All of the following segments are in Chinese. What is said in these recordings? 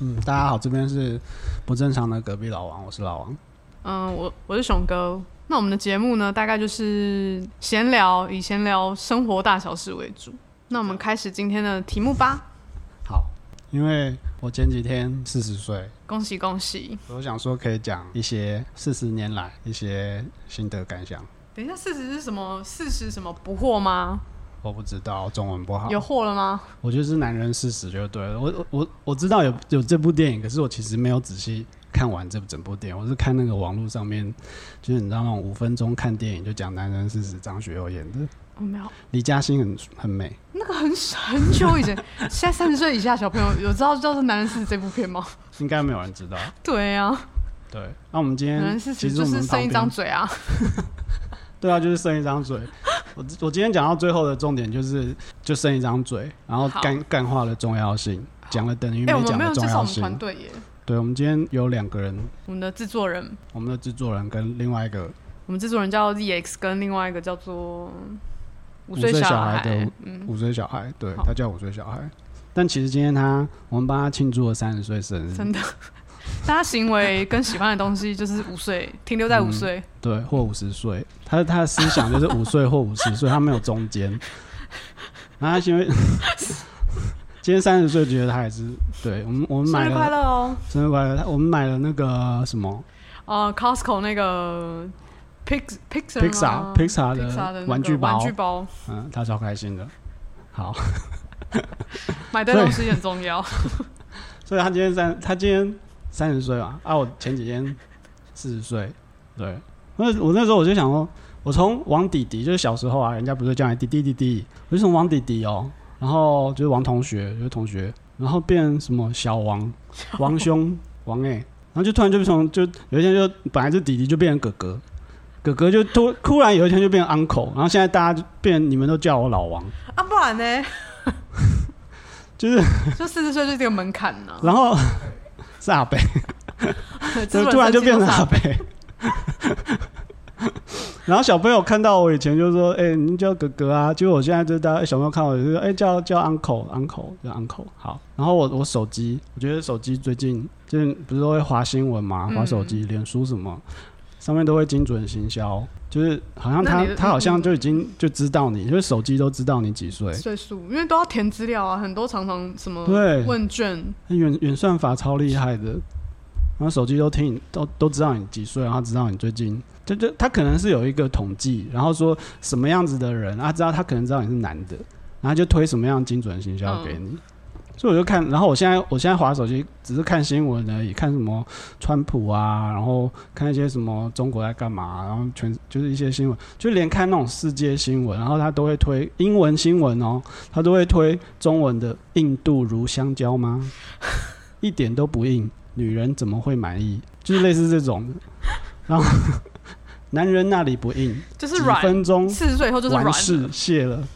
嗯，大家好，这边是不正常的隔壁老王，我是老王。嗯，我我是熊哥。那我们的节目呢，大概就是闲聊，以闲聊生活大小事为主。那我们开始今天的题目吧。好，因为我前几天四十岁，恭喜恭喜！我想说可以讲一些四十年来一些心得感想。等一下，四十是什么？四十什么不惑吗？我不知道中文不好，有惑了吗？我就是男人四十就对了。我我我我知道有有这部电影，可是我其实没有仔细看完这整部电影，我是看那个网络上面，就是你知道那种五分钟看电影就讲男人四十，张学友演的，哦，没有，李嘉欣很很美，那个很很久 以前，现在三十岁以下小朋友有知道叫做《男人四十》这部片吗？应该没有人知道。对啊，对，那我们今《男天人四其十》实就我是们剩旁一张边嘴啊。对啊，就是剩一张嘴。我我今天讲到最后的重点就是，就剩一张嘴，然后好干干话的重要性，讲了等于哎、我没们讲没有的介重绍我要们性。团队耶，对，我们今天有两个人，我们的制作人，我们的制作人跟另外一个我们制作人叫 ZX，跟另外一个叫做五岁岁小小孩的嗯，五岁小孩，对好他叫五岁小孩。但其实今天他，我们帮他庆祝了三十岁生日，真的， 大家行为跟喜欢的东西就是五岁，停留在五岁，对，或五十岁。他他的思想就是五岁或五十岁，他没有中间。然后他因为 今天三十岁，觉得他还是对我们嗯我们生买日快了乐哦！生日快乐，他我们买了那个什么呃，Costco 那个 Pix Pixar 吗 Pixar Pixar 啊的那的个玩具玩包具，包嗯，他超开心的。好，买对所以东西很重要。所以他今天三，他今天三十岁嘛，啊，我前几天四十岁，对，那我那时候我就想说，我从王弟弟，就是小时候啊，人家不是叫你弟弟弟弟，我就从王弟弟哦，然后就是王同学，就是同学，然后变什么小王、王兄、王哎、然后就突然就从就有一天就本来是弟弟就变成哥哥。哥哥就突突然有一天就变 uncle，然后现在大家就变你们都叫我老王， 啊，不然呢？ 就是 就四十岁就是这个门槛 呢、然后是阿北，就制作人突然就生气变都成傻阿贝。 然后小朋友看到我以前就说：“哎、你叫哥哥啊。”结果我现在就大家、哎小朋友看我就说：“哎、叫叫 uncle uncle 叫 uncle 好。”然后我我手机，我觉得手机最近就是不是都会划新闻嘛，划手嗯机、脸书什么，上面都会精准行销，就是好像那他你的嗯他好像就已经就知道你，就是手机都知道你几岁。岁数，因为都要填资料啊，很多常常什么对问卷，远远算法超厉害的，然后手机都听你都都知道你几岁，然后知道你最近，就就他可能是有一个统计，然后说什么样子的人，啊，知道他可能知道你是男的，然后就推什么样精准行销给你。所以我就看，然后我现在我现在划手机，只是看新闻而已，看什么川普啊，然后看一些什么中国在干嘛、然后全就是一些新闻，就连看那种世界新闻，然后他都会推英文新闻哦，他都会推中文的“印度如香蕉吗？”一点都不硬，女人怎么会满意？就是类似这 种的，然后男人那里不硬，就是几软。分钟四十岁以后就是软完了，事谢了。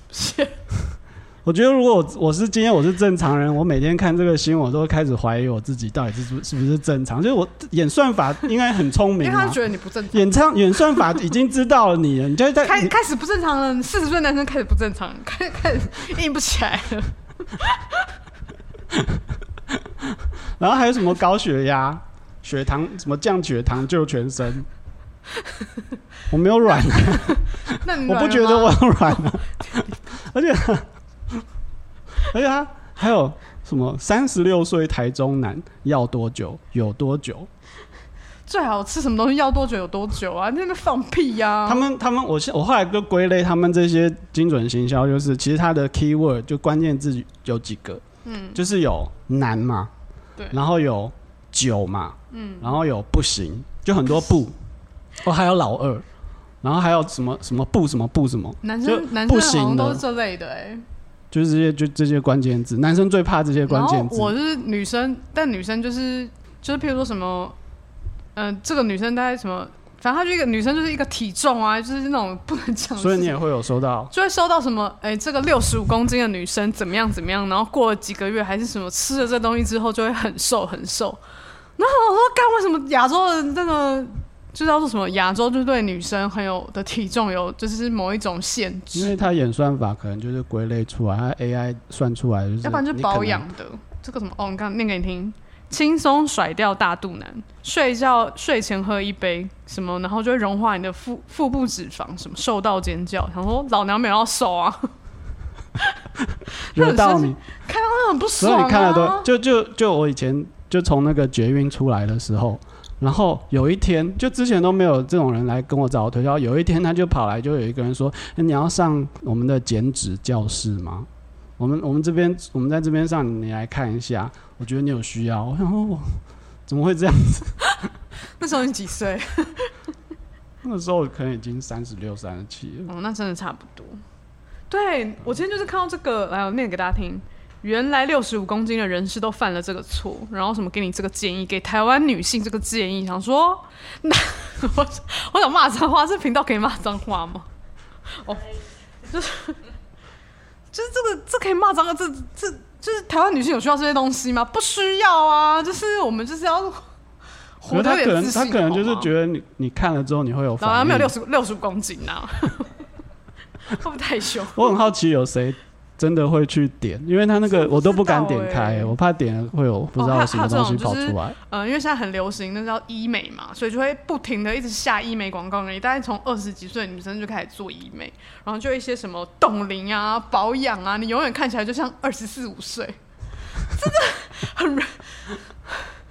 我觉得如果我我是今天我是正常人，我每天看这个新闻，我都会开始怀疑我自己到底是不是不是正常。就是我演算法应该很聪因明为他嘛就，觉得你不正常。演唱演算法已经知道了你了，你就在开你开始不正常了，四十岁男生开始不正常，开 开始硬不起 来了。然后还有什么高血压、血糖什么降血糖救全身。我没有软，那你我不软了觉得吗我很软啊，而且而且他还有什么三十六岁台中男要多久有多久？最好吃什么东西要多久有多久啊？在那边放屁呀、他啊！们他们，我现我后来就归类他们这些精准行销，就是其实它的 keyword 就关键字有几个，嗯，就是有难嘛，对然后有久嘛，嗯，然后有不行，就很多 不，哦，还有老二，然后还有什么什么不什么不什么，男就生男生不好像行都的是，这类的哎、就是这些就这些关键字，男生最怕这些然关后键字，我是女生，但女生就是就是譬如说什么，嗯、这个女生大概什么，反正她就一个女生就是一个体重啊，就是那种不能讲的事情。所以你也会有收到，就会收到什么，哎、这个六十五公斤的女生怎么样怎么样，然后过了几个月还是什么，吃了这东西之后就会很瘦很瘦。然后我说，干为什么亚洲的那个就叫做什么亚洲就对女生很有的体重有就是某一种限因制，为它演算法可能就是归类出来，它 AI 算出来就是，要不然就保养的这个什么哦，你看念给你听，轻松甩掉大肚腩，睡觉睡前喝一杯什么，然后就会融化你的腹腹部脂肪，什么瘦到尖叫，想说老娘没有要瘦啊，惹到 你，看到那很不所爽、以啊。你看了都 就就就我以前就从那个绝运出来的时候，然后有一天就之前都没有这种人来跟我找我推销，有一天他就跑来就有一个人说：“欸你要上我们的减脂教室吗？我们我们这边我们在这边上，你来看一下，我觉得你有需要。”我想说我 怎么会这样？那时候你几岁？那时候可能已经三十六、三十七了。哦，那真的差不多。对我今天就是看到这个，来我念给大家听。原来六十五公斤的人士都犯了这个错，然后什么给你这个建议，给台湾女性这个建议，想说，那我我想骂脏话，这频道可以骂脏话吗？哦，就是就是这个这可以骂脏话，这这就是台湾女性有需要这些东西吗？不需要啊，就是我们就是要可活是得他有可点能自信他可能就是好吗觉得你你看了之后你会有老娘反没应有六。十六十公斤啊， 会不会太凶？我很好奇有谁真的会去点，因为他那个我都不敢点开、这不知道欸我怕点了会有不知道什么东西跑出来。呃，因为现在很流行那叫医美嘛，所以就会不停的一直下医美广告给你。大概从二十几岁的女生就开始做医美，然后就一些什么冻龄啊、保养啊，你永远看起来就像二十四五岁，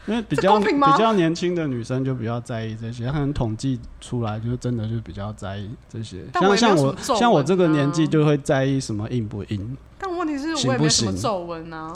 因为比这较公平吗比较年轻的女生就比较在意这些，她可能统计出来就是真的就比较在意这些。但我像也没有像我什么皱纹啊像我这个年纪就会在意什么硬不硬、 但问题是行我也没不有什么行皱纹啊，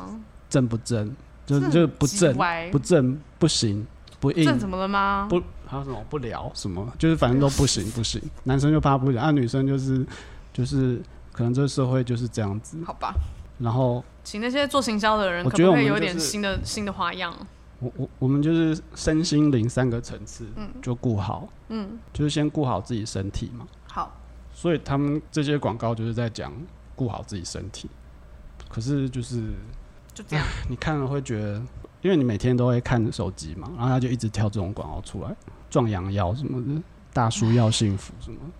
正不正，就真的就很不鸡正歪不正不行不这硬怎么了吗？不还有什么不聊什么，就是反正都不行不 行。男生就怕不行，啊女生就是就是可能这个社会就是这样子，好吧，然后。请那些做行销的人我可觉得我不可以们有就点是新的新的花样？我我我们就是身心灵三个层次，嗯就顾好，嗯，就是先顾好自己身体嘛。好，所以他们这些广告就是在讲顾好自己身体，可是就是就 这样。你看了会觉得，因为你每天都会看手机嘛，然后他就一直跳这种广告出来，壮阳药什么的，大叔要幸福什么的。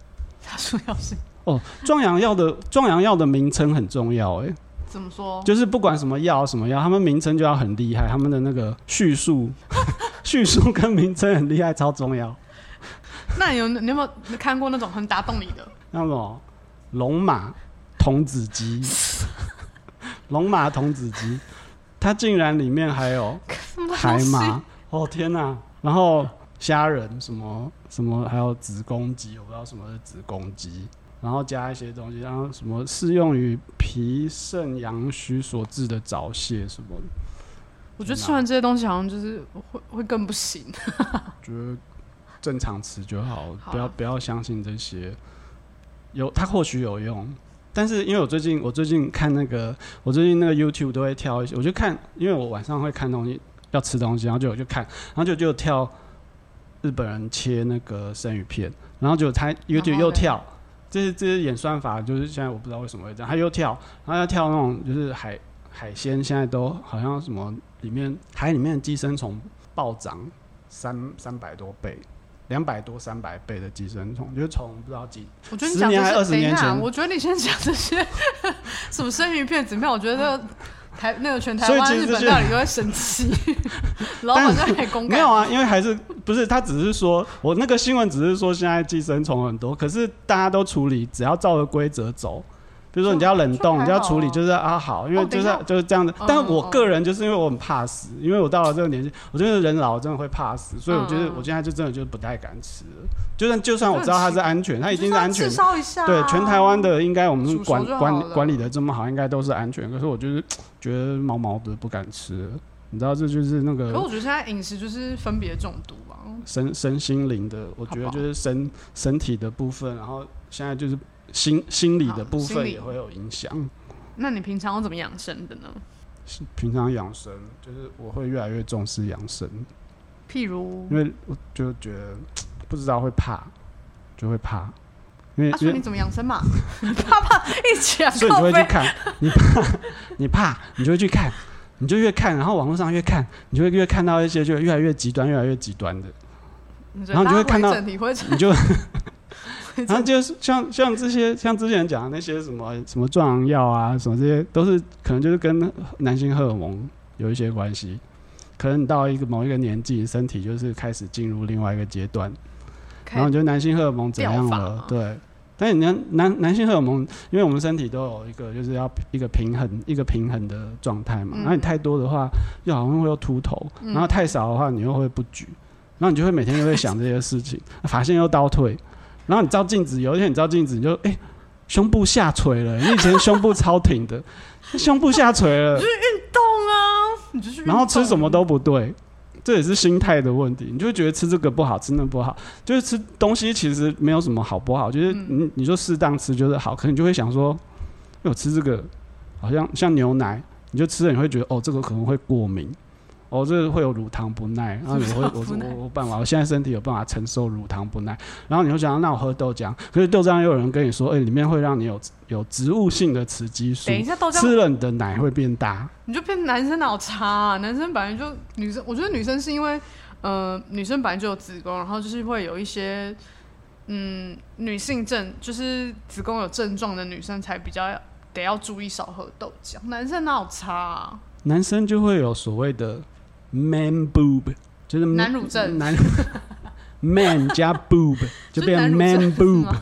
他说要是哦， 壮阳药的壮阳药的名称很重要哎、怎么说？就是不管什么药什么药，他们名称就要很厉害，他们的那个叙述 叙述跟名称很厉害，超重要。那你有你有没有你看过那种很打动你的？那种龙马童子鸡，龙马童子鸡，它竟然里面还有什么海东西？马，哦天哪、然后虾仁什么什么，还有子宫肌，我不知道什么是子宫肌，然后加一些东西，然后什么适用于脾肾阳虚所致的早泄什么的，我觉得吃完这些东西好像就是会会更不行。觉得正常吃就好，好啊不要不要相信这些。有它或许有用，但是因为我最近我最近看那个我最近那个 YouTube 都会跳一些，我就看，因为我晚上会看东西，要吃东西，然后就我就看，然后就就跳日本人切那个生鱼片，然后就他 YouTube 嘞又跳。这是这是演算法，就是现在我不知道为什么会这样，他又跳，然后要跳那种就是海海鲜，现在都好像什么里面海里面的寄生虫暴涨三三百多倍，两百多三百倍的寄生虫，就是从不知道几我觉得你10讲这年还些， 20等一年下，前我觉得你先讲这些什么生鱼片怎么样？我觉 得台那个全台所以湾其实日本这些料理都会 生气，老板在海公没有干。啊，因为还是不是他只是说我那个新闻只是说现在寄生虫很多，可是大家都处理，只要照着规则走。比如说你要冷这还冻，好你要处理，就是啊好，因为哦等就一是、下就是这样的嗯。但我个人就是因为我很怕死，因为我到了这个年纪，我觉得人老了真的会怕死，所以我觉得嗯嗯我现在就真的就是不太敢吃了。就算就算我知道它是安全，它一定是安全哦的你就，稍微吃烧一下啊、对，全台湾的应该我们煮熟管就好管了管理的这么好，应该都是安全。可是我就是觉得毛毛的，不敢吃了。你知道，这就是那可是我个觉得现在饮食就是分别中毒啊，身身心灵的，我觉得好吧就是身身体的部分，然后现在就是心心理的好部心分理也会有影响。那你平常要怎么养生的呢？平常养生，就是我会越来越重视养生，嗯譬如因，为我就觉得不知道会怕，就会怕，因为他因说为啊你怎么养生嘛？ 你怕怕一讲所以你靠就会去背，看，你怕，你怕，你就会去看，你就越看，然后网络上越看，你就会越看到一些就越来越极端、越来越极端的，然然后你就会看到你会整你就，然后就是像像这些像之前讲的那些什么什么壮阳药啊，什么这些都是可能就是跟男性荷尔蒙有一些关系，可能你到一个某一个年纪，身体就是开始进入另外一个阶段，然后看你觉得男性荷尔蒙怎样掉发吗了？对。但你男男男性荷尔蒙，因为我们身体都有一个就是要一个平衡一个平衡的状态嘛，嗯然后你太多的话，又好像会又秃头，然后太少的话，你又会不举，然后你就会每天又会想这些事情，发现又倒退，然后你照镜子，有一天你照镜子，你就哎、胸部下垂了，你以前胸部超挺的，胸部下垂了，动啊，你就是然后吃什么都不对，这也是心态的问题。你就会觉得吃这个不好，吃那不好，就是吃东西其实没有什么好不好，就是嗯你、你就适当吃就是好。可能你就会想说，哎我吃这个好像像牛奶，你就吃了你会觉得哦，这个可能会过敏，哦，这个会有乳糖不耐，然后你会我乳糖不耐我我办法，我现在身体有办法承受乳糖不耐，然后你就想那我喝豆浆，可是豆浆又有人跟你说，哎、里面会让你有有植物性的雌激素等。一下豆浆，吃了你的奶会变大，你就变男生脑差、啊，男生本来就女生，我觉得女生是因为呃，女生本来就有子宫，然后就是会有一些嗯女性症，就是子宫有症状的女生才比较得要注意少喝豆浆，男生脑差、啊，男生就会有所谓的 man boob，就是男乳症男 man 加 boob 就变是男乳 man 症 boob，是吗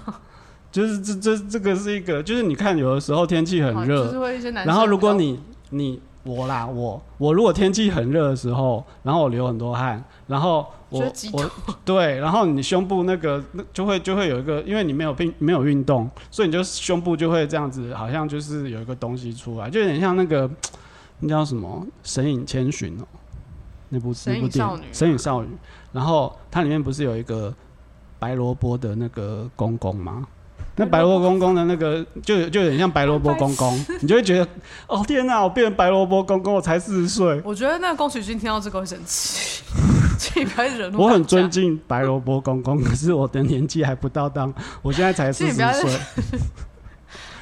就是这这这个是一个，就是你看有的时候天气 很哦就热，是会一些男生比较。然后如果你你我啦我我如果天气很热的时候，然后我流很多汗，然后觉得我极我对，然后你胸部那个那就会就会有一个，因为你没有病没有运动，所以你就胸部就会这样子，好像就是有一个东西出来，就有点像那个那叫什么《神隐千寻》哦，那部神那隐部电少影女啊《神隐少女》，然后它里面不是有一个白萝卜的那个公公吗？那白萝卜公公的那个就有就有点像白萝卜公公，你就会觉得哦天哪，我变成白萝卜公公，我才四十岁，我觉得那个宫崎骏听到这个会生气， 所以不要惹怒我很大家尊敬白萝卜公公，可是我的年纪还不到当，我现在才所四十以你不要岁，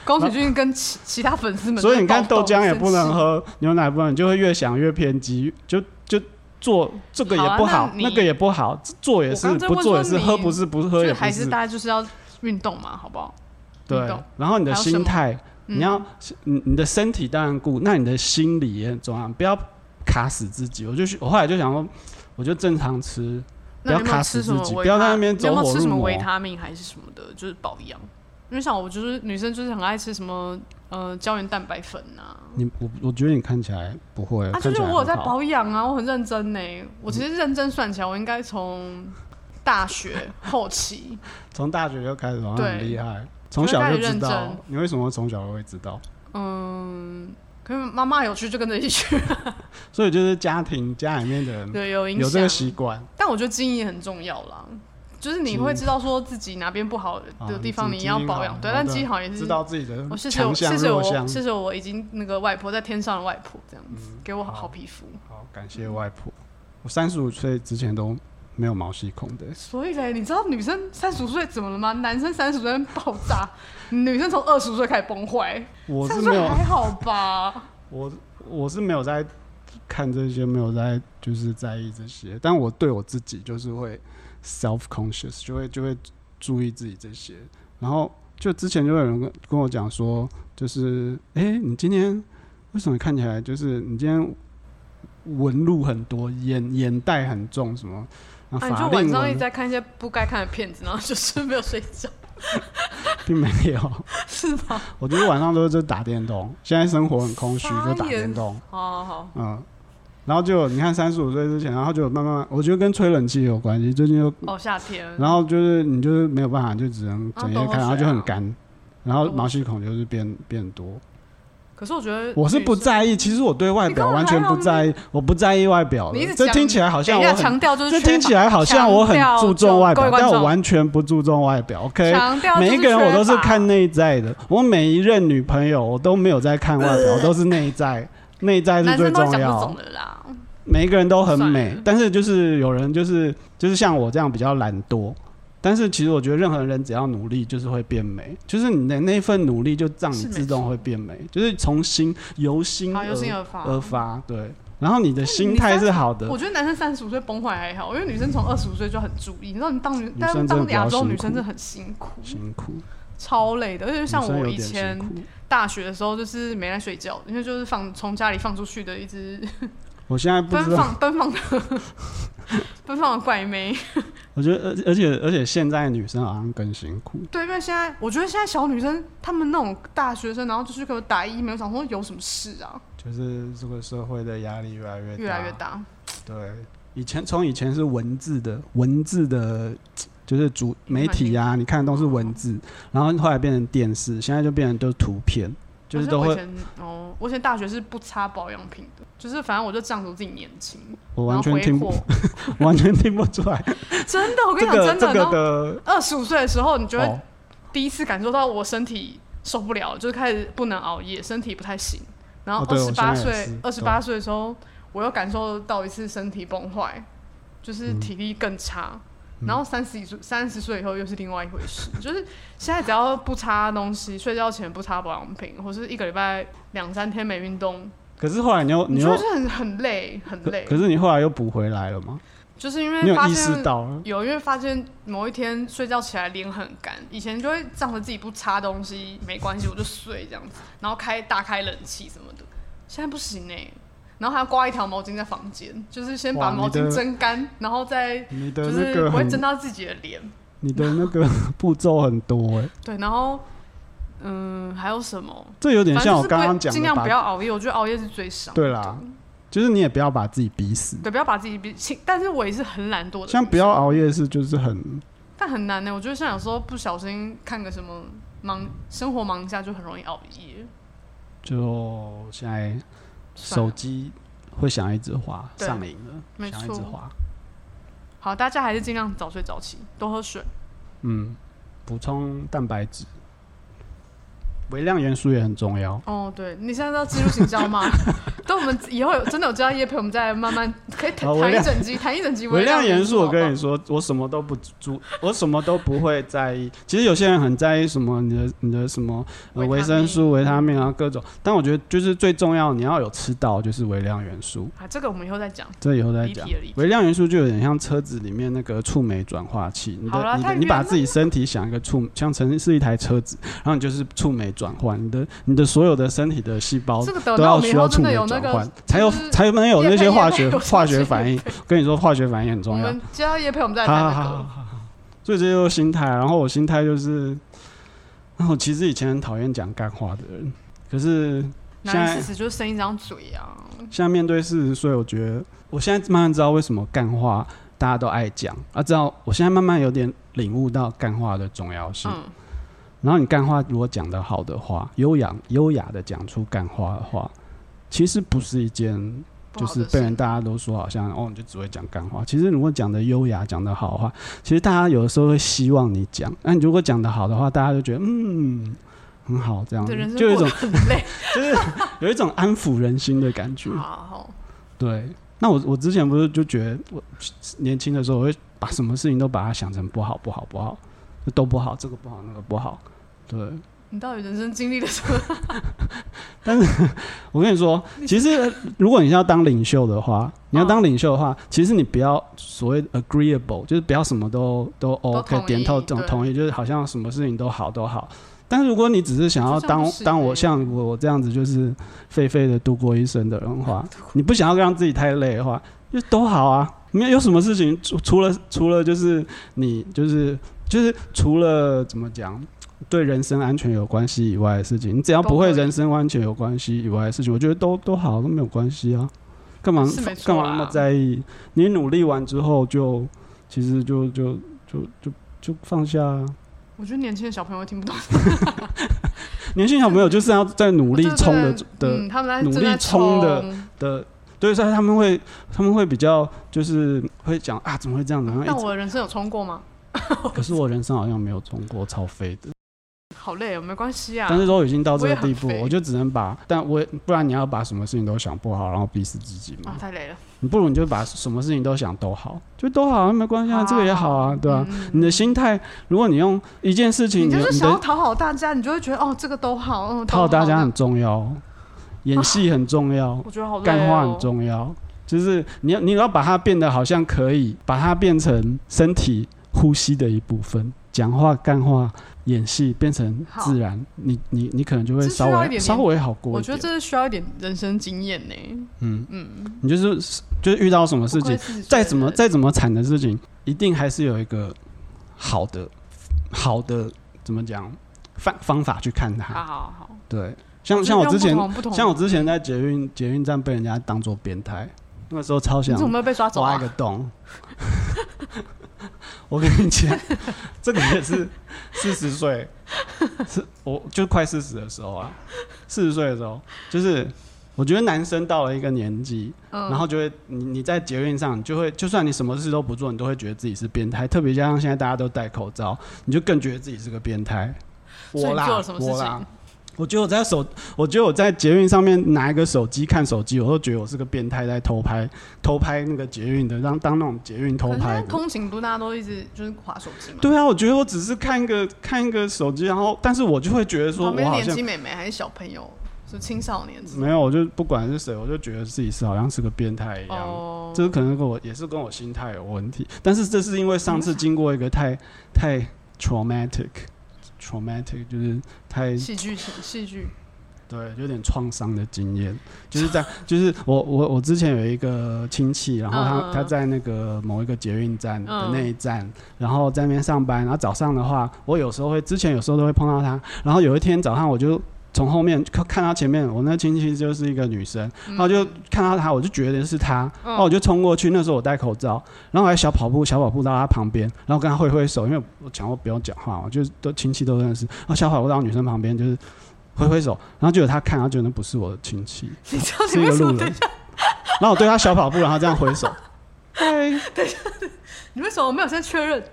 宫崎骏跟其其他粉丝们，所以你看豆浆也不能，喝，牛奶不能，你就会越想越偏激，就就做这个也不好好，啊那你那个也不好，做也我是刚才不做也问说是，你喝不是不喝所以也不还是是，大家就是要运动嘛，好不好？对运动。然后你的还有什心么态，嗯你要你你的身体当然顾，那你的心理也很重要，不要卡死自己。我就是我后来就想说，我就正常吃，不那要你有没有卡吃死什自么己维他？不要在那边你有没走有火吃什入么魔维。他命还是什么的，就是保养。因为像我就是女生，就是很爱吃什么呃胶原蛋白粉呐、你我我觉得你看起来不会，啊，呃看就起是来我有很在好保养啊，我很认真呢、我其实认真算起来，我应该从 大学后期，从大学就开始，好像很对厉害，从小就知就开始道认真。你为什么从小就会知道？嗯，可是妈妈有去就跟着一起去，所以就是家庭家里面的人对，有影嗯有这个习响。惯，但我觉得经营也很重要啦，就是你会知道说自己哪边不好的地啊方，你你要经营保好养。对，好但的经营好也是知道自己的嗯我谢嗯谢强我项谢谢弱我项。嗯谢谢我已经那个外婆在天上的外婆这样子，给我好好皮肤。好，感谢外婆。我三十五岁之前都没有毛细孔的，所以嘞，你知道女生三十岁怎么了吗？男生三十岁爆炸，女生从二十岁开始崩坏。我三是十没岁有，啊还好吧？我我是没有在看这些，没有在就是在意这些，但我对我自己就是会 self conscious，就会就会注意自己这些。然后就之前就有人跟跟我讲说，就是哎、诶你今天为什么看起来就是你今天纹路很多，眼眼袋很重什么？啊啊，你就法晚令上一直纹在看一些不该看的片子，然后就是 没有睡觉，并没有， 是吗？我觉得晚上都是在打电动，现在生活很空虚，就打傻眼电动。哦好好好，嗯，然后就你看三十五岁之前，然后就慢慢，我觉得跟吹冷气有关系。最近就，哦，夏天。嗯然后就是你就是没有办法，就只能整夜啊多喝水看，啊然后就很干，然后毛细孔就是变变多。可是我觉得我是不女生，在意，其实我对外表完全不在意，我不在意外表的你一直。这讲听起来好像等一我下很，哎强调就是这缺乏听起来好像我很强调注重外表各位，观但众我完全不注重外表。OK，强调就是每一个人我都缺是乏看内在的，我每一任女朋友我都没有在看外 表，我都是内在，内在是男最生都重讲不要懂。的啦。每一个人都很美算了，但是就是有人就是就是像我这样比较懒惰，但是其实我觉得任何人只要努力，就是会变美，就是你的那份努力就让你是没自动会变美，就是从心由心好，而由心而发。而发，对。然后你的心态你三是好的我，觉得男生三十五岁崩坏还好，因为女生从二十五岁就很注意。你知道，你当女生但真的当比较亚洲辛女生苦真的很辛苦，辛苦。超累的。而且像女生有我以点辛前苦大学的时候，就是没来睡觉，因为就是放从家里放出去的一只我现在不奔知道，放奔放的 奔放的怪妹。我觉得而而且而且现在女生好像更辛苦，对，因为现在我觉得现在小女生，她们那种大学生，然后就去给我打疫苗，想说有什么事啊，就是这个社会的压力越来越越来越。大。对，以前从以前是文字的文字的，就是主媒体啊，你看的都是文字，然后后来变成电视，现在就变成就是图片，就是都好像我以会，前哦，我以前大学是不擦保养品的，就是反正我就仗着自己年轻，我完然后全挥听不霍。 完全听不出来。真的，我跟这你个讲，真这的，个然后的二十五岁的时候，你就会哦，第一次感受到我身体受不了，就是开始不能熬夜，身体不太行。然后哦二对十八我现在也岁是，二十八岁的时候，我又感受到一次身体崩坏，就是体力更差。嗯然后三十一岁，三十岁以后又是另外一回事。就是现在只要不擦东西，睡觉前不擦保养品，或是一个礼拜两三天没运动，可是后来你又你你就又会，很很累，很可累。可是你后来又补回来了吗？就是因你为有发意现识到了？有，因为发现某一天睡觉起来脸很干，以前就会仗着自己不擦东西没关系，我就睡这样子，然后开大开冷气什么的。现在不行哎、然后还要挂一条毛巾在房间，就是先把哇毛你巾的蒸干，然后再你的就那是个不会很蒸到自己的脸。你的那个 步骤很多哎、对，然后嗯，还有什么？这有点反像正我就是刚不刚会讲尽的量把不要熬夜，我觉得熬夜是最伤。对啦，就是你也不要把自己逼死，对，不要把自己逼，请但是我也是很懒惰的。像不要熬夜是就是很但很难呢、欸我觉得像有时候不小心看个什么忙，生活忙一下就很容易熬夜。就现在算了手机会想一直滑对上瘾了，没想一直错滑，好，大家还是尽量早睡早起，多喝水。嗯，补充蛋白质，微量元素也很重要。哦，对，你现在要进入行 销吗？等我们以后有真的有接到叶配，我们再慢慢可以谈好微谈一量整集，谈一整集微量元素，我跟你你说，我什么都不注，我什么都不会在意。其实有些人很在意什么你的你的什么呃维维他命生素、维他命啊各种，但我觉得就是最重要，你要有吃到就是微量元素，啊，这个我们以后再讲。这以后再离讲题。了，离题。微量元素就有点像车子里面那个触媒转化器，你好啦的你太的你把远了自己身体想一个触，像成是一台车子，然后你就是触媒转换，你的你的所有的身体的细胞这个等都到我要们以需后要真触的媒有转那换个，，才有就是才能有叶那配些化叶配学有什么化学叶反应配。跟你说，化学反应很我重要。们接到叶配，我们再来好谈好那好个。好好，所以这就是心态。然后我心态就是，然后其实以前很讨厌讲干话的人，可是现男人在事实就是生一张嘴啊，现在面对四十岁，我觉得我现在慢慢知道为什么干话大家都爱讲啊，知道我现在慢慢有点领悟到干话的重要性。嗯，然后你干话如果讲得好的话，优雅优雅的讲出干话的话，其实不是一件不就好是的被事人大家都说好像哦，你就只会讲干话。其实如果讲的优雅、讲的好的话，其实大家有的时候会希望你讲。那你如果讲的好的话，大家就觉得嗯很好，这样你的人子生就有一过种得很累。就是有一种安抚人心的感 觉。好好，对，那我我之前不是就觉得我年轻的时候，我会把什么事情都把它想成不好、不好、不好，就都不好，这个不好，那个不好。对，你到底人生经历了什么？ 我跟你说，其实呃如果你要当领袖的话，你要当领袖的话，嗯其实你不要所谓的 agreeable，就是不要什么都都 OK 同意点头总对同意，就是好像什么事情都好都好。但是如果你只是想要这样当不是当对我像我我这样子就是废废的度过一生的人的 话，你不想要让自己太累的话，就都好啊。没有有什么事情除除了除了就是你就是就是除了怎么讲对人身安全有关系以外的事情，你只要不会都可以人身安全有关系以外的事情，我觉得都都好都没有关系啊。干嘛是没错啊干嘛啦那么在意？你努力完之后就其实就就就就就放下、啊。我觉得年轻的小朋友听不懂，年轻小朋友就是要在努力冲的就是的嗯，他们在努力正在冲的的，对，所以他们会他们会比较就是会讲啊，怎么会这样？然后但一我的人生有冲过吗？直可是我人生好像没有冲过超飞的，好累哦，没关系啊。但是都已经到这个地步我也很，废我就只能把，但我也不然你要把什么事情都想不好，然后逼死自己啊嘛，。太累了。你不如你就把什么事情都想都好，就都好，没关系啊，这个也好啊，对啊。嗯你的心态，如果你用一件事情，你你就是你想要的讨好大家，你就会觉得哦，这个都好，嗯，讨好大家很好，重要哦，演戏很重要，我觉得好累哦。干话很重要，就是你要你要把它变得好像可以，把它变成身体呼吸的一部分，讲话、干话、演戏变成自然，你你你可能就会这需稍要微一点点稍微好过我一觉点。得这是需要一点人生经验呢。嗯，嗯，你就是就是遇到什么事情，再怎么再怎么惨的事情，一定还是有一个好的好的怎么讲方方法去看好它。好好，对，像像我之前不同不同像我之前在捷运捷运站被人家当做变态，那个时候超你想怎么没有被抓走挖啊一？个洞。 我跟你讲，这个也 是四十岁，是我就快四十的时候啊，四十岁的时候，就是我觉得男生到了一个年纪，嗯然后就会你你在捷运上，你就会就算你什么事都不做，你都会觉得自己是变态。特别加上现在大家都戴口罩，你就更觉得自己是个变态。所以我啦你做了什么，事情我啦。我觉得我在手，我觉得我在捷运上面拿一个手机看手机，我都觉得我是个变态在偷拍，偷拍那个捷运的，让当那种捷运偷可是拍现在的。通勤不是大家都一直就是划手机嘛？对啊，我觉得我只是看一个看一个手机，然后但是我就会觉得说，旁我边好年像轻美眉还是小朋友，是青少年之类没有，我就不管是谁，我就觉得自己是好像是个变态一的。样。哦，啊这可能跟我也是跟我心态有问题，但是这是因为上次经过一个太太 traumatic traumatic 就是太戏剧情戏剧，对有点创伤的经验，就是这样，就是我我我之前有一个亲戚，然后他、嗯他在那个某一个捷运站的嗯那一站，然后在那边上班，然后早上的话，我有时候会之前有时候都会碰到他，然后有一天早上我就。从后面看看他前面，我那亲戚就是一个女生，嗯然后就看到他，我就觉得是他，然后我就冲过去。那时候我戴口罩，然后我还小跑步，小跑步到他旁边，然后跟他挥挥手，因为我讲过不用讲话嘛，就是都亲戚都认识。然后小跑步到女生旁边，就是挥挥手，然后就有他看，然后觉得那不是我的亲 戚，你知道是你一为个什路么人等一下，。然后我对他小跑步，然后这样 挥手，哎嗨，你为什么没有先确认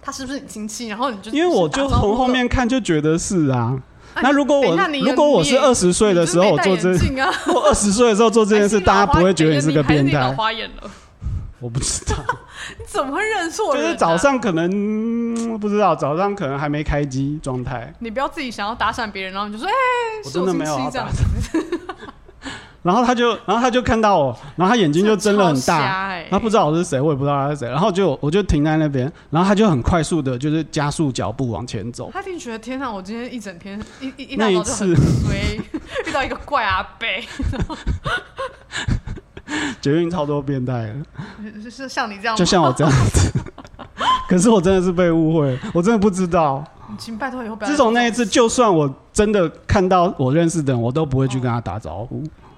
他是不是你亲戚？然后你就因为我就从后，面看就觉得是啊。那如果等一我下哎你有如果我你是也二十岁的时候我做这这，啊，我二十岁的时候做这件 事，大家不会觉得你是个变还是你脑态。花眼了， 我不知道，你怎么会认错就人啊？是早上可能嗯不知道，早上可能还没开机状态，你不要自己想要搭讪别人，然后你就说哎，我是真的亲没有戚要这样打，他。然后他就，然后他就看到我，然后他眼睛就睁得很这超大，瞎欸他不知道我是谁，我也不知道他是谁，然后就我就停在那边，然后他就很快速的，就是加速脚步往前走。他一定觉得天哪！我今天一整天一一一大那一早就很次衰， 遇到一个怪阿伯，捷运超多变态的，就是像你这样就吗，像我这样子。 可是我真的是被误会，我真的不知道。请拜托以后不要。自从那一次，就算我真的看到我认识的人，我都不会去跟他打招呼，哦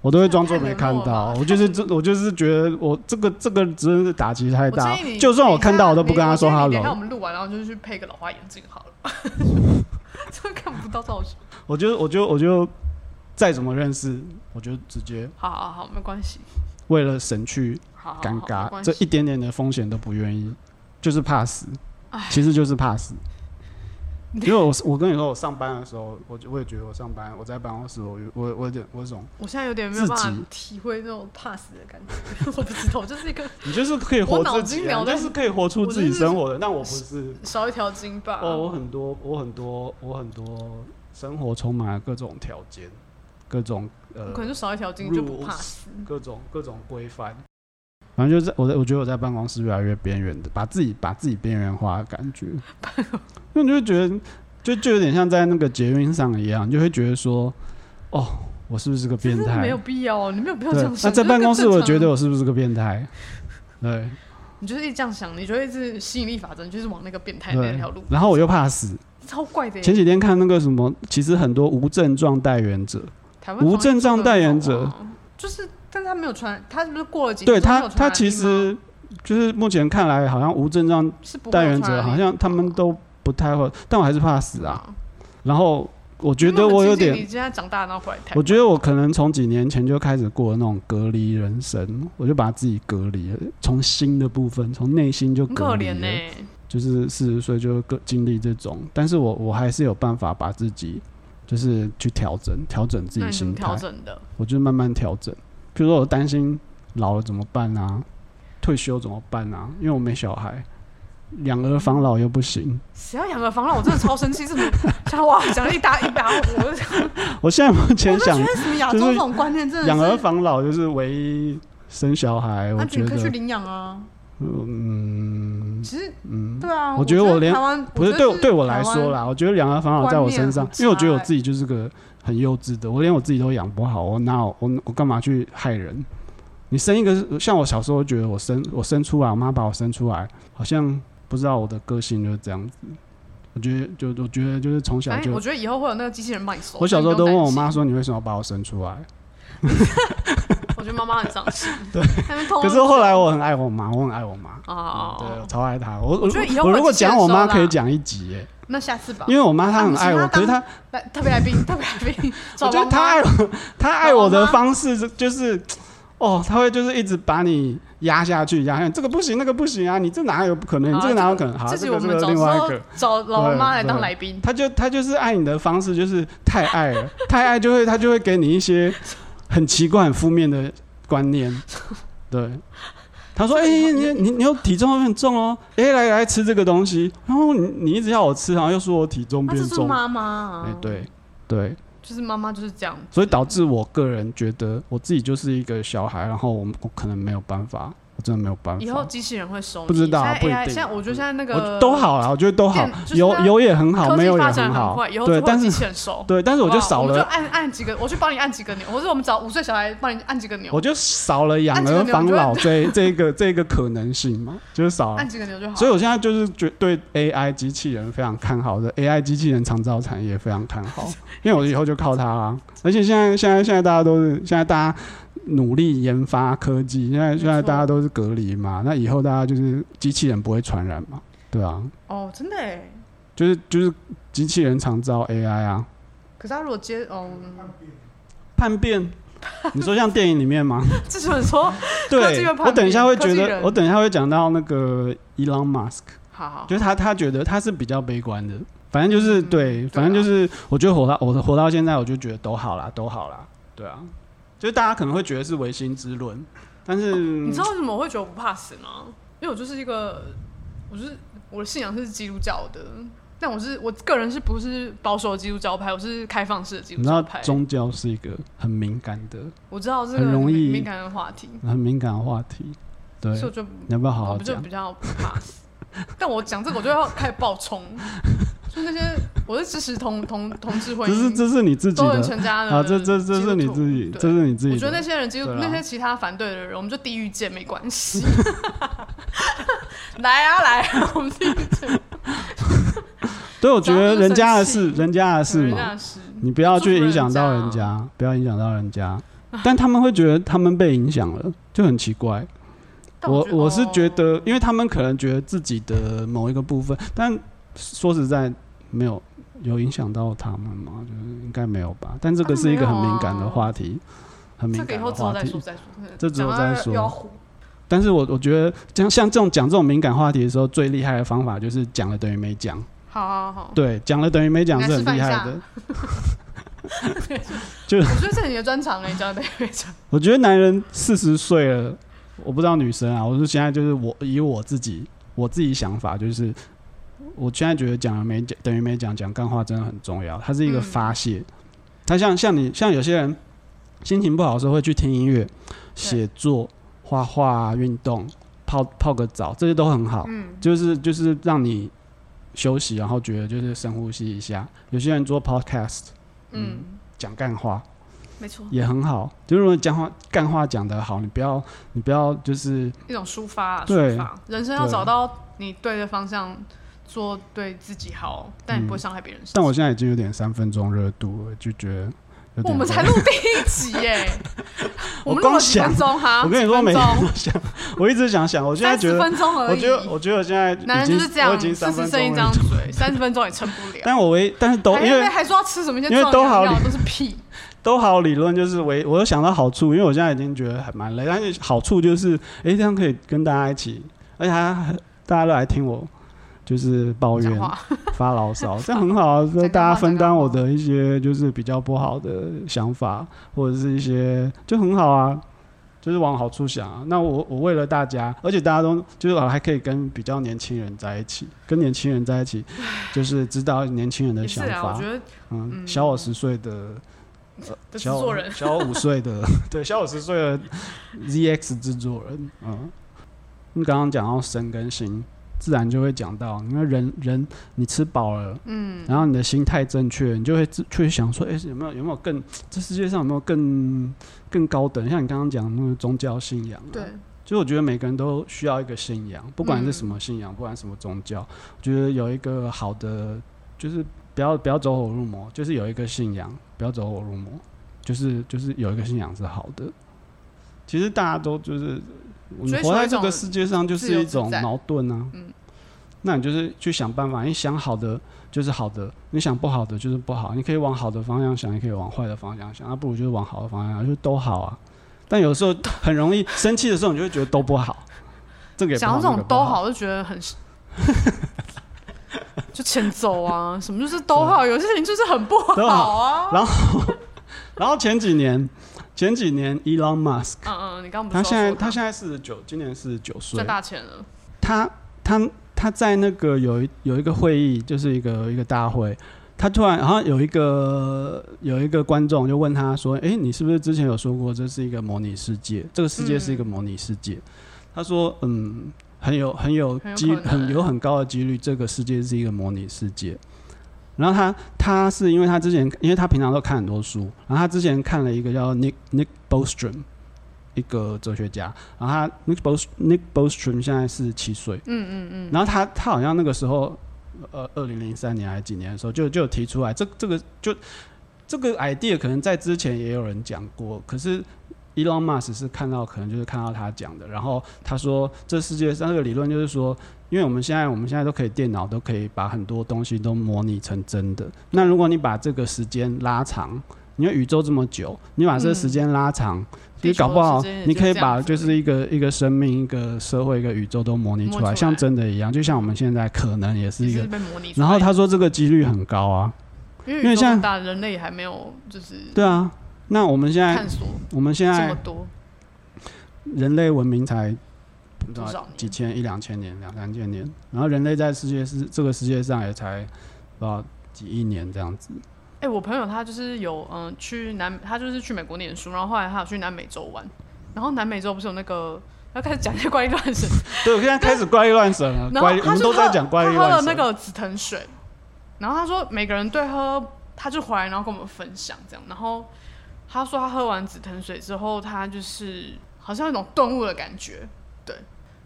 我都会装作没看太冷漠到了。我就是这，我就是觉得我这个这个真的是打击太我大建议你，就算我看到，我都不跟他说你等一下 hello 我。们录完，然后就去配个老花眼镜好了， 真的看不到造型。我就我就我就再怎么认识，我就直接好好好，没关系，为了省去好好好尴哦没尬关这系一点点的风险都不愿意，就是怕死唉，其实就是怕 死。因为我我跟你说，我上班的时候，我就我也觉得我上班我在办公室，我有我我有点我有种，我现在有点没有办自法己体会那种怕死的感觉， 我不知道，我就是一个你就是可以活我脑自筋己、啊，秒你在就是可以活出自己生活的。但我不是，少一条筋吧。哦，我很多我很多我很多生活充满了各种条件，各种呃我可能就少一条筋就不怕 rules 死。各种各种规范。反正就是我在，我觉得我在办公室越来越边缘的，把自己把自己边缘化的感 觉，那你就会觉得就就有点像在那个捷运上一样，你就会觉得说，哦，我是不是个变真的态没有？必要，你没有必要这对样，那想。在就是办跟公室，正我常觉人得我是不是个变态？对你就是一直这样想，你就会一直吸引力法则，你就是往那个变态那对条路，，然后我又怕死。超怪的耶。前几天看那个什么，其实很多无症状代言者，台湾防疫无症状代言者做得很好啊就是，但是他没有传，他是不是过了几对天之后没他有传他染啊其力吗实就是目前看来，好像无症状是不会有代言传哦者染力好像他们都不太会，但我还是怕死啊。吧，然后我觉因为得我们有亲戚点，你现在长大然后回来台我湾，觉得我可能从几年前就开始过那种隔离人生，我就把自己隔离了，从心的部分，从内心就很隔可离怜欸了。呢。就是四十岁就各经历这种，但是我我还是有办法把自己就是去调整，调整自己那你怎心么态调。整的？我就慢慢调整。比如说我担心老了怎么办啊，退休怎么办啊？因为我没小孩，养儿防老又不行。谁要养儿防老？我真的超生气，这种像 哇，讲了一打一打，我我现在目前我就觉想得什么亚洲就是这种观念真的是养儿防老就是唯一生小孩，我啊，觉你可以去得领养啊。嗯，其实，嗯对啊，我觉得我连台湾不是觉得对我对我台来湾说啦，我觉得养儿防老在我身上观念很，差欸因为我觉得我自己就是个很幼稚的，我连我自己都养不好，我哪有我我干嘛去害人？你生一个，像我小时候觉得我生我生出来，我妈把我生出来，好像不知道我的个性就是这样子。我觉得就我觉得就是从小哎，就我觉得以后会有那个机器人帮你收。我小时候所都问以你不用我妈担心，说你为什么要把我生出来？我觉得妈妈很伤心。 对在那边痛，可是后来我很爱我妈，我很爱我妈，哦，对，我啊超爱她。我我觉得以后我会如果有机器人讲我妈收啦可以讲一集耶，那下次吧，因为我妈她很爱啊我，你请她可是她当来特别来宾，特别来宾，我 找觉王得妈她啊爱我，她爱找我王的妈方式就就是，哦，她会就是一直把你压下去，压下去，这个不行，那个不行啊，你这哪有不可能？你好这个哪有可能？好，这这集个我这们个找另时外一候个。找老对妈来当对来宾，她就她就是爱你的方式就是太爱 了，太爱就会她就会给你一些很奇怪、很负面的观 念。对，她说：“哎、你你你有体重变重哦，哎、来来吃这个东西。”然后你你一直要我吃，然后又说我体重她变就是重。妈妈哎、啊，对对，就是妈妈就是这样，所以导致我个人觉得我自己就是一个小孩，然后我我可能没有办法，我真的没有办法。以后机器人会收你，不知道啊现在不一 AI，定现在我觉得现在那个我都，好啦，我觉得都好电，就是有它有也很好，科没技有也发展很很好快，以。后对，就会有但机是器人收。对，但是我好不就好少我们了就按按几个，我去帮你按几个钮，或者我们找五岁小孩帮你按几个钮，我就少了养儿防老这这个这个可能性嘛，就是少了按。几个钮就好。所以我现在就是觉对 AI 机器人非常看好的，AI 机器人长造产业非常看好， 因为我以后就靠它啊。而且现在现在现在大家都是现在大家努力研发科技，现在现在大家都是隔离嘛，那以后大家就是机器人不会传染嘛，对啊，哦，真的哎，就是就是机器人长造 AI 啊，可是他如果接哦，叛变。你说像电影里面 吗？这就是说，科技对会，叛我等一下变会科觉技得，人我等一下会讲到那个 Elon Musk，好好，就是他他觉得他是比较悲观的，反正就是对，啊反正就是我觉得活到我活到现在，我就觉得都好啦，都好啦，对啊，就是大家可能会觉得是唯心之论，但是哦嗯你知道为什么我会觉得我不怕死吗？因为我就是一个，我就是我的信仰是基督教的，但我是我个人是不是保守的基督教派，我是开放式的基督你知道教派。宗教是一个很敏感的、我知道这个很容易敏敏感的话题，很敏感的话题，对所以，我就你要不要好我好不就讲？比较不怕死。但我讲这个，我就要开始爆冲，就那些我是支持同同同志婚这是姻，这是你自己多人的全家的啊，这这这基督是你徒自己，对这是你自我己觉得那的，些人，基督对啊那些其他反对的人，我们就地狱见没关系。 来啊来啊，我们地狱见，对，我觉得人家的早上事，就生气人家的 事人嘛，家的事。你不要去影响到祝人福人啊家，不要影响到人家。但他们会觉得他们被影响了，就很奇怪。但我觉我是觉哦得，因为他们可能觉得自己的某一个部分，但说实在，没有有影响到他们吗？就是应该没有吧。但这个是一个很敏感的话题，很敏啊这个以感后的之后话再说题。再说，这之后讲再到说要糊但是我我觉得，像像这种讲这种敏感话题的时候，最厉害的方法就是讲了等于没讲。好好好，对，讲了等于没讲你来是示很范厉一害下的。我觉得这是你的专长哎，讲的非常。我觉得男人四十岁了，我不知道女生啊，我说现在就是我以我自己我自己想法，就是我现在觉得讲了没讲等于没讲，讲干话真的很重要，它是一个嗯发泄。它像像你像有些人心情不好的时候会去听音乐、写作、画画啊、运动、泡泡个澡，这些都很好。嗯，就是就是让你休息，然后觉得就是深呼吸一下。有些人做 podcast 嗯，讲干话，没错，也很好。就是如果讲话干话讲得好，你不要你不要就是一种抒发啊，对抒发。人生要对找到你对的方向，做对自己好，但你不会伤害别人的事情。嗯但我现在已经有点三分钟热度了，就觉得有我点。们才录第一集耶， 我我们录了光几想分钟哈？我跟你说，每几天分钟都想，我一直想想，我现在三觉十得，分钟而已。我觉得，我觉得我现在男已人经就是这我样，已经四三十分剩一钟张哎了。嘴，三十分钟也撑不了。但我唯但是都还因为还说要吃什么一些因为壮都阳好药理都是屁，都好理论就是唯我有想到好处，因为我现在已经觉得还蛮累，但是好处就是诶，这样可以跟大家一起，而且还大家都来听我就是抱讲怨，话发牢骚，这样很 好啊，就大家分担我的一些就是比较不好的想法，或者是一些就很好啊，就是往好处想啊。那我我为了大家，而且大家都就是我还可以跟比较年轻人在一起，跟年轻人在一起，就是知道年轻人的也是想啊，我法觉，得嗯，嗯小我十岁的。的制小我作人小我 五岁的，对，小我十岁的 ZX 制作人，嗯，你刚刚讲到生跟心，自然就会讲到，因为人人你吃饱了，嗯，然后你的心态正确，你就会自去想说，哎、有没有有没有更这世界上有没有更更高等？像你刚刚讲的那个宗教信仰、啊，对，其实我觉得每个人都需要一个信仰，不管是什嗯么信仰，不管什么宗教，我觉得有一个好的，就是不要不要走火入魔，就是有一个信仰，不要走火入魔，就是就是有一个信仰是好的。其实大家都就是你追求活在一这种个世界上，就是一种自由自在矛盾啊。嗯那你就是去想办法，你想好的就是好的，你想不好的就是不好。你可以往好的方向想，也可以往坏的方向想，啊那、不如就是往好的方向想，就是都好啊。但有时候很容易生气的时候，你就会觉得都不好，这个也不讲到这那种个不都，好，就觉 得很就欠揍啊，什么就是都好，有些事情就是很不都好啊。然后前几年，前几年 Elon Musk，嗯嗯，你刚刚不他是现在说他现在四十九，今年四十九岁赚，大钱了，他他他在那个有一有一个会议，就是一个一个大会，他突然然后有一个有一个观众就问他说：“诶，你是不是之前有说过这是一个模拟世界？这个世界是一个嗯模拟世界？”他说：“嗯，很有很有很有几可能很有很高的几率，这个世界是一个模拟世界。”然后他他是因为他之前，因为他平常都看很多书，然后他之前看了一个叫 Nick Nick Bostrom 一个哲学家，然后他 Nick Bos Nick Bostrom 现在是七岁，嗯嗯然后他他好像那个时候，呃，二零零三年还是几年的时候，就就有提出来这这个就这个 idea 可能在之前也有人讲过，可是 Elon Musk 是看到可能就是看到他讲的，然后他说这世界上这个理论就是说，因为我们现在我们现在都可以电脑都可以把很多东西都模拟成真的，那如果你把这个时间拉长。因为宇宙这么久，你把这个嗯时间拉长，你地球搞不好时间也你就可以这样把子就是一个一个生命、一个社会、一个宇宙都模拟摸出来，出像来真的一样，就像我们现在可能也是嗯，一也个是。被模拟出来的。然后他说这个几率很高啊，因为因为宇宙像很大，人类还没有就是对啊。那我们现在探索我们现这么在多，人类文明才不知多道少年啊几千一两千年两三千年，然后人类在世界是这个世界上也才不知道几亿年这样子。哎、我朋友他就是有嗯、呃去南，他就是去美国念书，然后后来他有去南美洲玩，然后南美洲不是有那个要开始讲一些怪力乱神，对，我现在开始怪力乱神了，然后怪力我他们就都在喝讲怪力他喝了乱那神。个紫藤水，然后他说每个人对喝，他就回来然后跟我们分享这样，然后他说他喝完紫藤水之后，他就是好像有一种顿悟的感觉，对，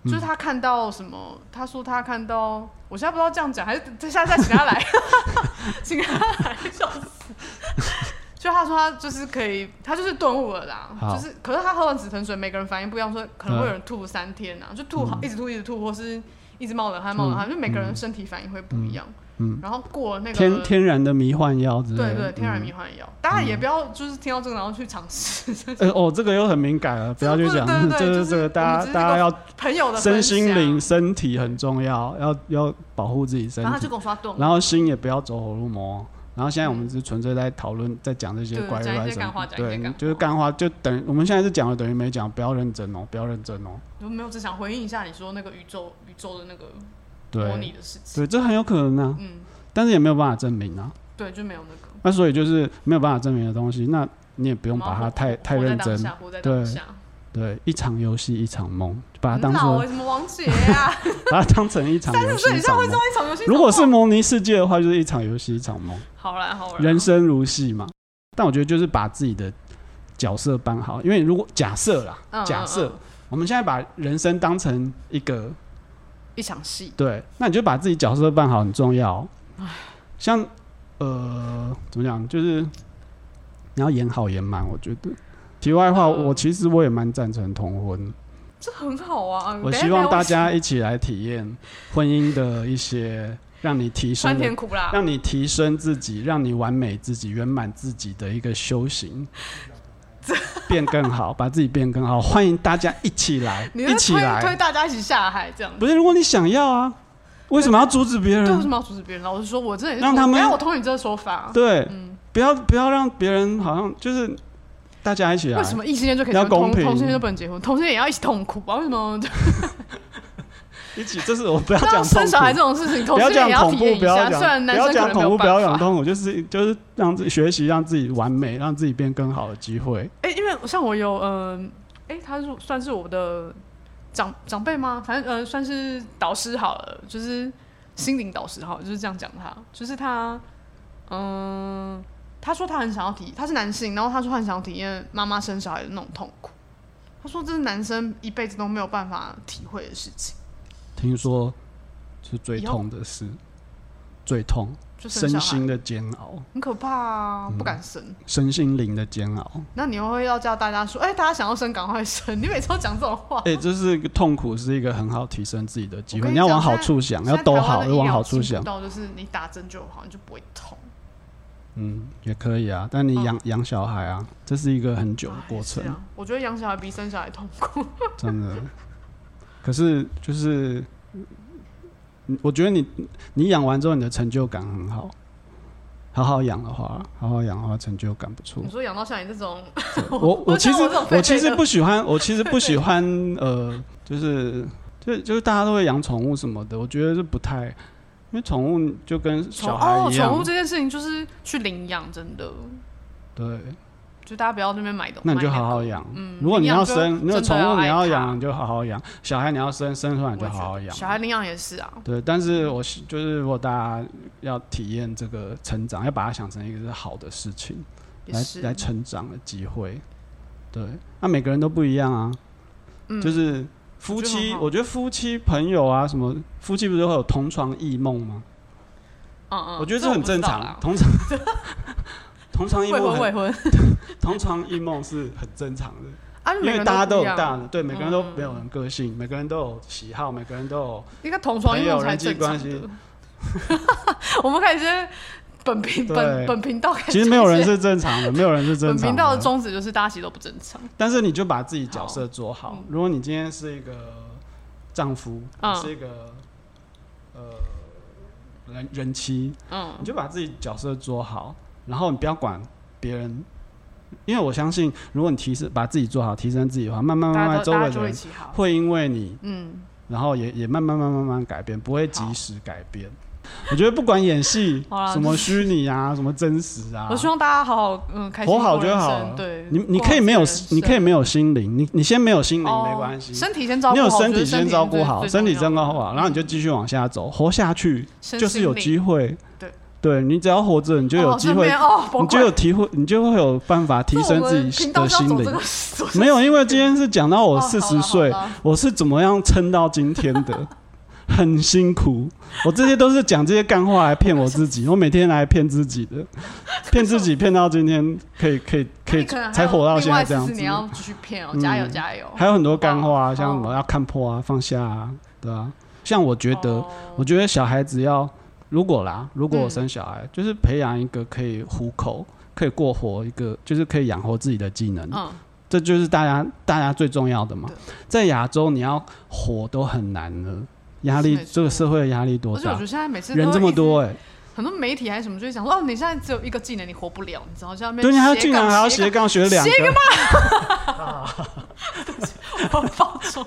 嗯就是他看到什么，他说他看到，我现在不知道这样讲还是等下次再请他来， 请他来，笑死。就他说他就是可以，他就是顿悟了啦，好就是可是他喝完紫藤水，每个人反应不一样，说可能会有人吐三天啊，就吐好、嗯一直吐一直吐，或是一直冒冷汗冒冷汗，就每个人身体反应会不一样。嗯嗯然后过了那个天嗯天然的迷幻药之类对的。嗯对天然迷幻药，大家也不要就是听到这个然后去尝试。 呃哦，这个又很敏感了，不要去这个讲不能， 对对这就个是这我个，们大只家是大家个要朋友的分身心享灵、，身体很重要，要要保护自己身然后他体就，跟我说他顿悟，然后心也不要走火入魔。然后现在我们只是纯粹在讨论，在讲这些对怪力讲一乱些干话神，讲一些对，你干话就是干话，就等于我们现在是讲了等于没讲，不要认真哦，不要认真哦，我没有只想回应一下你说那个宇宙宇宙的那个模拟对，的事情，对，这很有可能啊，嗯，但是也没有办法证明啊，对，就没有那个，那所以就是没有办法证明的东西，那你也不用我们把它要活太太活在认当真下，活在当对下，对，一场游戏一场梦，把它当很 老欸成什么王杰啊，把它 当成一场游30岁戏以一上场会知梦道。一场游戏怎么玩。如果是模拟世界的话，就是一场游戏一场梦。好啦好啦，人生如戏嘛。但我觉得就是把自己的角色扮好，因为如果假设啦，嗯假设、嗯嗯我们现在把人生当成一个一场戏，对，那你就把自己角色扮好很重要哦。像呃，怎么讲，就是你要演好演满。我觉得题外话，嗯我其实我也蛮赞成同婚，这很好啊。我等一下希望大。等一下家一起来体验婚姻的一些让你提酸升的甜苦辣，让你提升自己，让你完美自己、圆满自己的一个修行， 变更好，把自己变更好。欢迎大家一起来，你一在起推推来。大家一起下海这样子。不是，如果你想要啊，为什么要阻止别对，为什人？么要阻止别人？老实说，我真的也是啊让同他们等一下我同意你这个说法。对，嗯，不要不要让别人好像就是大家一起来为。什么异性恋就可以结啊要婚，同公平同性恋就不能结婚？同性恋也要一起痛苦啊吧？为什么？一起，这是我不要 那讲痛生小孩这苦，种事情，同不性要恋讲也恐体怖，验一不要下。虽讲不然男要生可讲能没恐有怖，不要讲办法。痛苦，就是就是让自己学习，让自己完美，让自己变更好的机会。哎，因为像我有嗯，哎，他是算是我的长长辈吗？反正呃，算是导师好了，就是心灵导师好了，就是这样讲他，就是他，嗯、他说他很想要体，他是男性，然后他说他很想要体验妈妈生小孩的那种痛苦。他说这是男生一辈子都没有办法体会的事情，听说是最以后痛的事，最痛，就生身小孩心嗯的煎熬，很可怕啊，不敢生。身心灵的煎熬。那你又会要叫大家说，哎、大家想要生赶快生，你每次都讲这种话。哎、这是一个痛苦，是一个很好提升自己的机我会。跟你你要往讲好处想，要现在都台湾好，的要医往疗好处进步想。到就是你打针就好，你就不会痛。嗯，也可以啊。但你养养、小孩啊，这是一个很久的哎过是程，嗯啊，我觉得养小孩比生小孩 痛苦。真的。可是就是，嗯我觉得你你养完之后，你的成就感很好。好好养的话，好好养的话，成就感不错你。说养到像你这种，我 我我其实像我这种废我其废实的不喜欢，我 其实不喜欢呃，就是就就是大家都会养宠物什么的，我觉得是不太，因为宠物就跟小哦孩，一样，宠物这件事情就是去领养，真的，对，就大家不要那边买东西。那你就买好好个养。嗯如果你领养要就生，真你有的宠物你要爱它养，你就好好养；小孩你要生，生出来你就我也觉得好好养。小孩领养也是啊，对，但是我希就是如果大家要体验这个成长，要把它想成一个是好的事情。也来是来成长的机会。对，那、每个人都不一样啊，就是夫嗯我觉得妻，很好我觉得夫妻朋友啊，什么夫妻不是会有同床异梦吗？嗯嗯，我觉得这很不知正道常啦啊，。同床 同床异未梦婚未很，婚同床异梦是很正常的，啊，因每个为人大家都有不一样嗯大的，对，每个人都没有人个性，每个人都有喜好，每个人都 有应该同床异梦才正常朋友人际的。 我们开始本频本对本频道开始，其实没有人是正常的，没有人是正本常频道的的。宗旨就是大家其实都不正常。但是你就把自己角色做好。好嗯如果你今天是一个丈夫，嗯你是一个呃人人妻，嗯你就把自己角色做好，然后你不要管别人。因为我相信，如果你提升把自己做好，提升自己的话，慢慢慢大家慢，都啊周大家围就的会一人起好。会因为你，嗯，然后也也慢慢慢慢慢慢改变，不会及好时改变。我觉得不管演戏 好啦，什么虚拟啊，什么真实啊，我希望大家好好嗯开心活好过就人好生了对，你你过可以好没有自己，的你可以人没有心灵，你你先没有心生灵没哦关系，身体先照你顾有好，我身觉得体身先体照是顾好，最身体重要照顾的好，啊然后你就继续往下走，活下去身就是有心灵机会对。对你只要活着，你就有哦机这会边，哦，崩你就溃有体会，你就会有办法提那升我自们己频道的是要心走这灵个。走这没有，个因为今天是讲到我哦四好十了好岁，了我是怎么样撑到今天的，很辛苦。我这些都是讲这些干话来骗我自己，我每天来骗自己的，骗自己骗到今天可以可以可以那你能还才有活到另现在外这样14子。你要继续骗哦，加油嗯加油！还有很多干话啊，哦像什么要看破啊、放下啊，对啊。像我觉得，哦我觉得小孩子要如果啦，如果我嗯生小孩，就是培养一个可以糊口、可以过活一个，就是可以养活自己的技能，嗯，这就是大家大家最重要的嘛对。在亚洲，你要活都很难了，压力是没错这个社会的压力多而且我觉大得？现在每次人都这会么一直多哎、欸，很多媒体还是什么就会讲说，哦，你现在只有一个技能，你活不了，你知道？就在那边对，你还要斜竟杠然还要斜斜杠学两斜个，杠，我放 纵，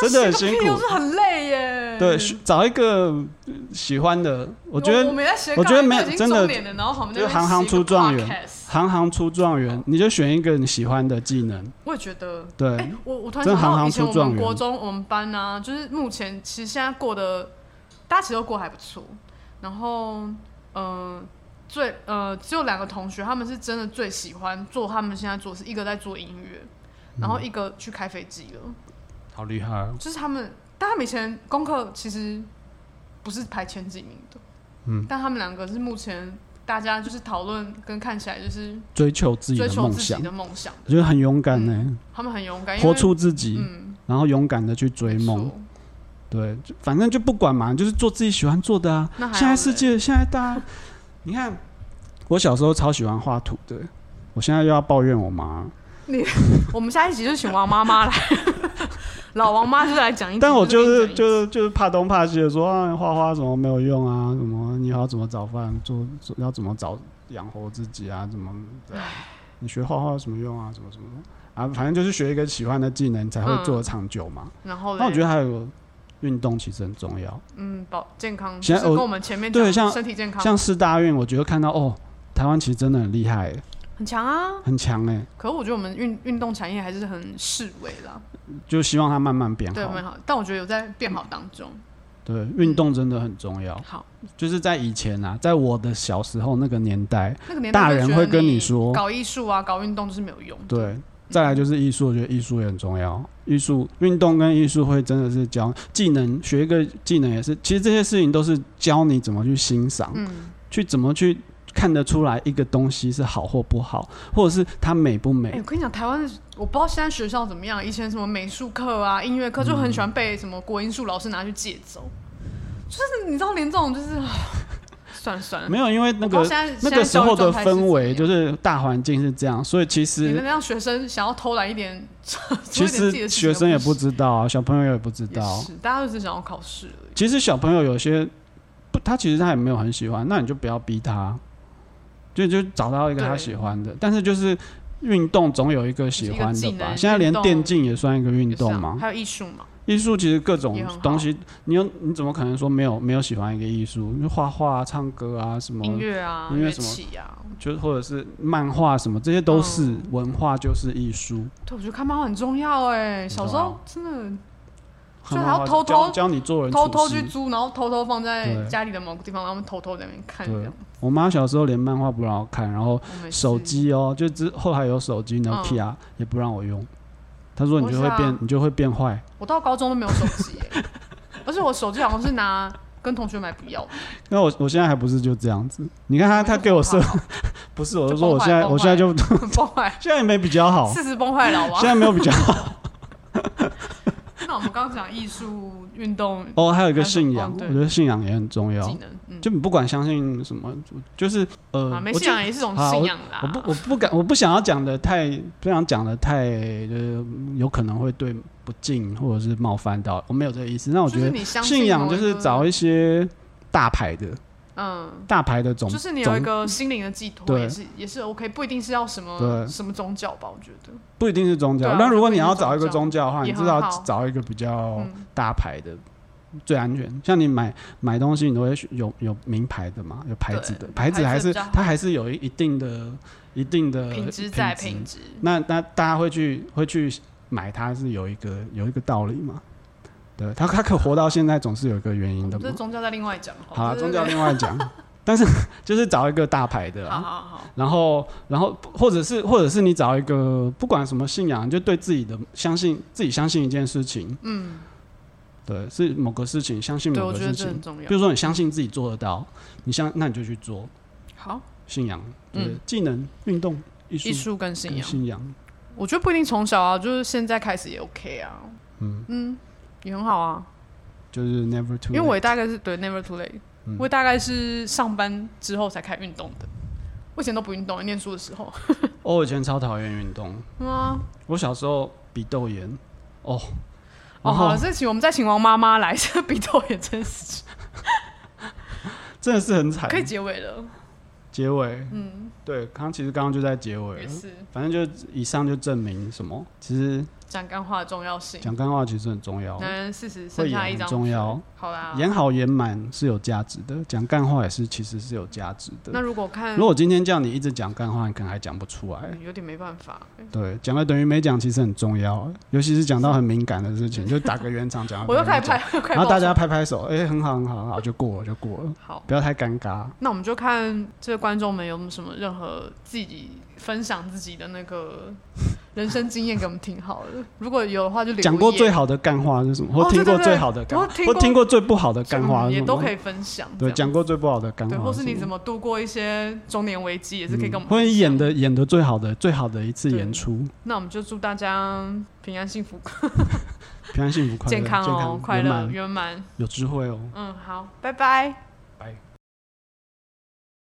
真的很辛都苦。是很累耶。嗯对，学找一个呃喜欢的，我觉得我们在斜我觉得没有已经真的中年了，然后旁边就行行出状元行行出状元，你就选一个你喜欢的技能。我也觉得，对，哎，我我突嗯然真想行到行以前出我状们元国中我们班啊，就是目前其实现在过得，大家其实都过得还不错。然后，呃，最呃只有两个同学，他们是真的最喜欢做他们现在做的事，一个在做音乐，嗯然后一个去开飞机了。好厉害哦！就是他们，但他们以前功课其实不是排前几名的，嗯，但他们两个是目前大家就是讨论跟看起来就是追求自己追的求梦自己想，的嗯梦想我觉得很勇敢欸呢、他们很勇敢，因为活出自己，嗯然后勇敢的去追梦。，对，就反正就不管嘛，就是做自己喜欢做的啊。那还好现在世界，现在大家，你看，我小时候超喜欢画图的，我现在又要抱怨我妈。我们下一集就请王 妈妈来，老王妈就来讲一集，但我就是就就是就是怕东怕西的说啊，画画怎么没有用啊？什么你要怎么找饭做？做要怎么找养活自己啊？怎么对啊？你学画画有什么用啊？什么什么啊？反正就是学一个喜欢的技能才嗯会做得长久嘛。然后那我觉得得还有运动其实很重要，嗯保健康，现就在是跟我我们前面对讲像身体健康像四大运，我觉得看到哦，台湾其实真的很厉害耶，很强啊。很强哎、可我觉得我们运运动产业还是很示威啦，就希望它慢慢变对，好蛮。好。但我觉得有在变好当中。对，运动真的很重要。好，就是在以前啊，在我的小时候那个年代，那个年代大人就觉会得跟你说搞艺术啊，搞运动就是没有用。，对，再来就是艺术，我觉得艺术也很重要。艺术、运动跟艺术会真的是教技能，学一个技能也是。其实这些事情都是教你怎么去欣赏，嗯，去怎么去看得出来一个东西是好或不好，或者是它美不美。哎、我跟你讲，台湾的我不知道现在学校怎么样，以前什么美术课啊、音乐课就很喜欢被什么国音数老师拿去借走，就是你知道，连这种就是，啊 算了算了，没有，因为那我不知道个现在那个时候的氛围是就是大环境是这样，所以其怎么样你实能让学生想要偷懒一点， 做其一点自己实的事情学生也不行知道啊，小朋友也不知也道。是，大家都只想要考试而已。其实小朋友有些不，他其实他也没有很喜欢，那你就不要逼他，就就找到一个对他喜欢的。但是就是运动总有一个喜欢就是的一个技吧？能现在连运动电竞也算一个运也是啊动嘛。还有艺术嘛，艺术其实各种也很好东西，你有你怎么可能说没有没有喜欢一个艺术？就画画、啊、唱歌啊什么，音乐啊，音乐乐什么器啊。就或者是漫画什么，这些都是、嗯文化，就是艺术。对，我觉得看漫画很重要哎、小时候真的所以还要很好偷教偷教你做人偷偷处去事租，然后偷偷放在对家里的某个地方，然后他们偷偷在那边看这对样。我妈小时候连漫画不让我看，然后我们也是嗯手机哦，就之后还有手机 Nokia、也不让我用，他说你就会不是变啊，你就会变坏。我到高中都没有手机、欸， 而且我手机好像是拿跟同学买不要的，那我我现在还不是就这样子？你看他他给我设 崩坏不是，我就就说我崩坏现在崩坏我现在 就了 崩坏，现在也没比较好，事实崩坏了现哇！在没有比较好。 那我们刚刚讲艺术、运动、哦，还有一个信仰，哦我对觉得信仰也很重要技。能，嗯，就你不管相信什么，就是呃，啊，没我信就仰也是一种好信仰啦。我不，我不敢，我不想要讲的太，不想讲的太，呃，有可能会对不敬或者是冒犯到，我没有这个意思。那我就觉是得你相信信仰某就一是个找一些大牌的，嗯。大牌的总就是你有一总个心灵的寄托，对也是也是 OK，不一定是要什么对什么宗教吧，我觉得。不一定是宗对教啊，那、就如果不一你定要是找一个宗宗教的话，你也至很少好找一个比较嗯大牌的、最安全。像你买买东西，你都会选有有名牌的嘛，有牌子的对，牌子还牌子是比较好它还是有一一定的一定的嗯品质在呃质品质，那那大家会去会去买它是有一个有一个道理嘛？对，他他可活到现在总是有一个原因的这嘛。宗教在另外讲。好啦，这宗教另外讲， 但是就是找一个大牌的好啦，好好，然后然后或者是或者是你找一个不管什么信仰，就对自己的相信自己相信一件事情，嗯，对，是某个事情相信对，某我个觉得事这很情，重比要。如说你相信自己做得到，你相那你就去做好，信仰，对，嗯技能、运动、艺术艺、术跟信跟仰，信仰，我觉得不一定从小啊，就是现在开始也 OK 啊，嗯，也很好啊。就是 never too late。因为我也大概是对 never too late，、嗯我也大概是上班之后才开始运动的，我以前都不运动，念书的时候。哦我以前超讨厌运动，嗯啊，我小时候鼻窦炎，哦，哦，然后好，这请我们再请王妈妈来， 这鼻窦也真是真的是很惨可。以结尾了，结尾，嗯，对，刚刚其实刚刚就在结尾也了，是反正就以上就证明什么，其实讲干话的重要性。讲干话其实很重要，男人四十会剩演下一很张重嘴要，好啦。演好演满是有价值的，讲干话也是其实是有价值那的。如果看如果今天叫你一直讲干话，你可能还讲不出来。嗯有点没办法，对，讲了等于没讲，其实很重要，尤其是讲到很敏感的事 情，就打个圆场讲。我又开始拍，， 又开始然后大家爆拍拍手，哎，很好，很好，很好，就过了，就过了，笑好。不要太尴尬。那我们就看这个观众们有没有什么任何自己分享自己的那个人生经验给我们听好了。如果有的话就留言讲过最好的干话是什么？哦或听对过对对最好的干话，我听或过听过最不好的干话是嗯什也么？都可以分享。对，这样讲过最不好的干对，话，或是你怎么嗯么度过一些中年危机，也是可以跟我们或者分享演。的演的最好的最好的一次对演出，那我们就祝大家平安、幸福、平安幸福快乐，健康哦，快圆乐、满圆满。有智慧哦。嗯，好，拜拜。拜。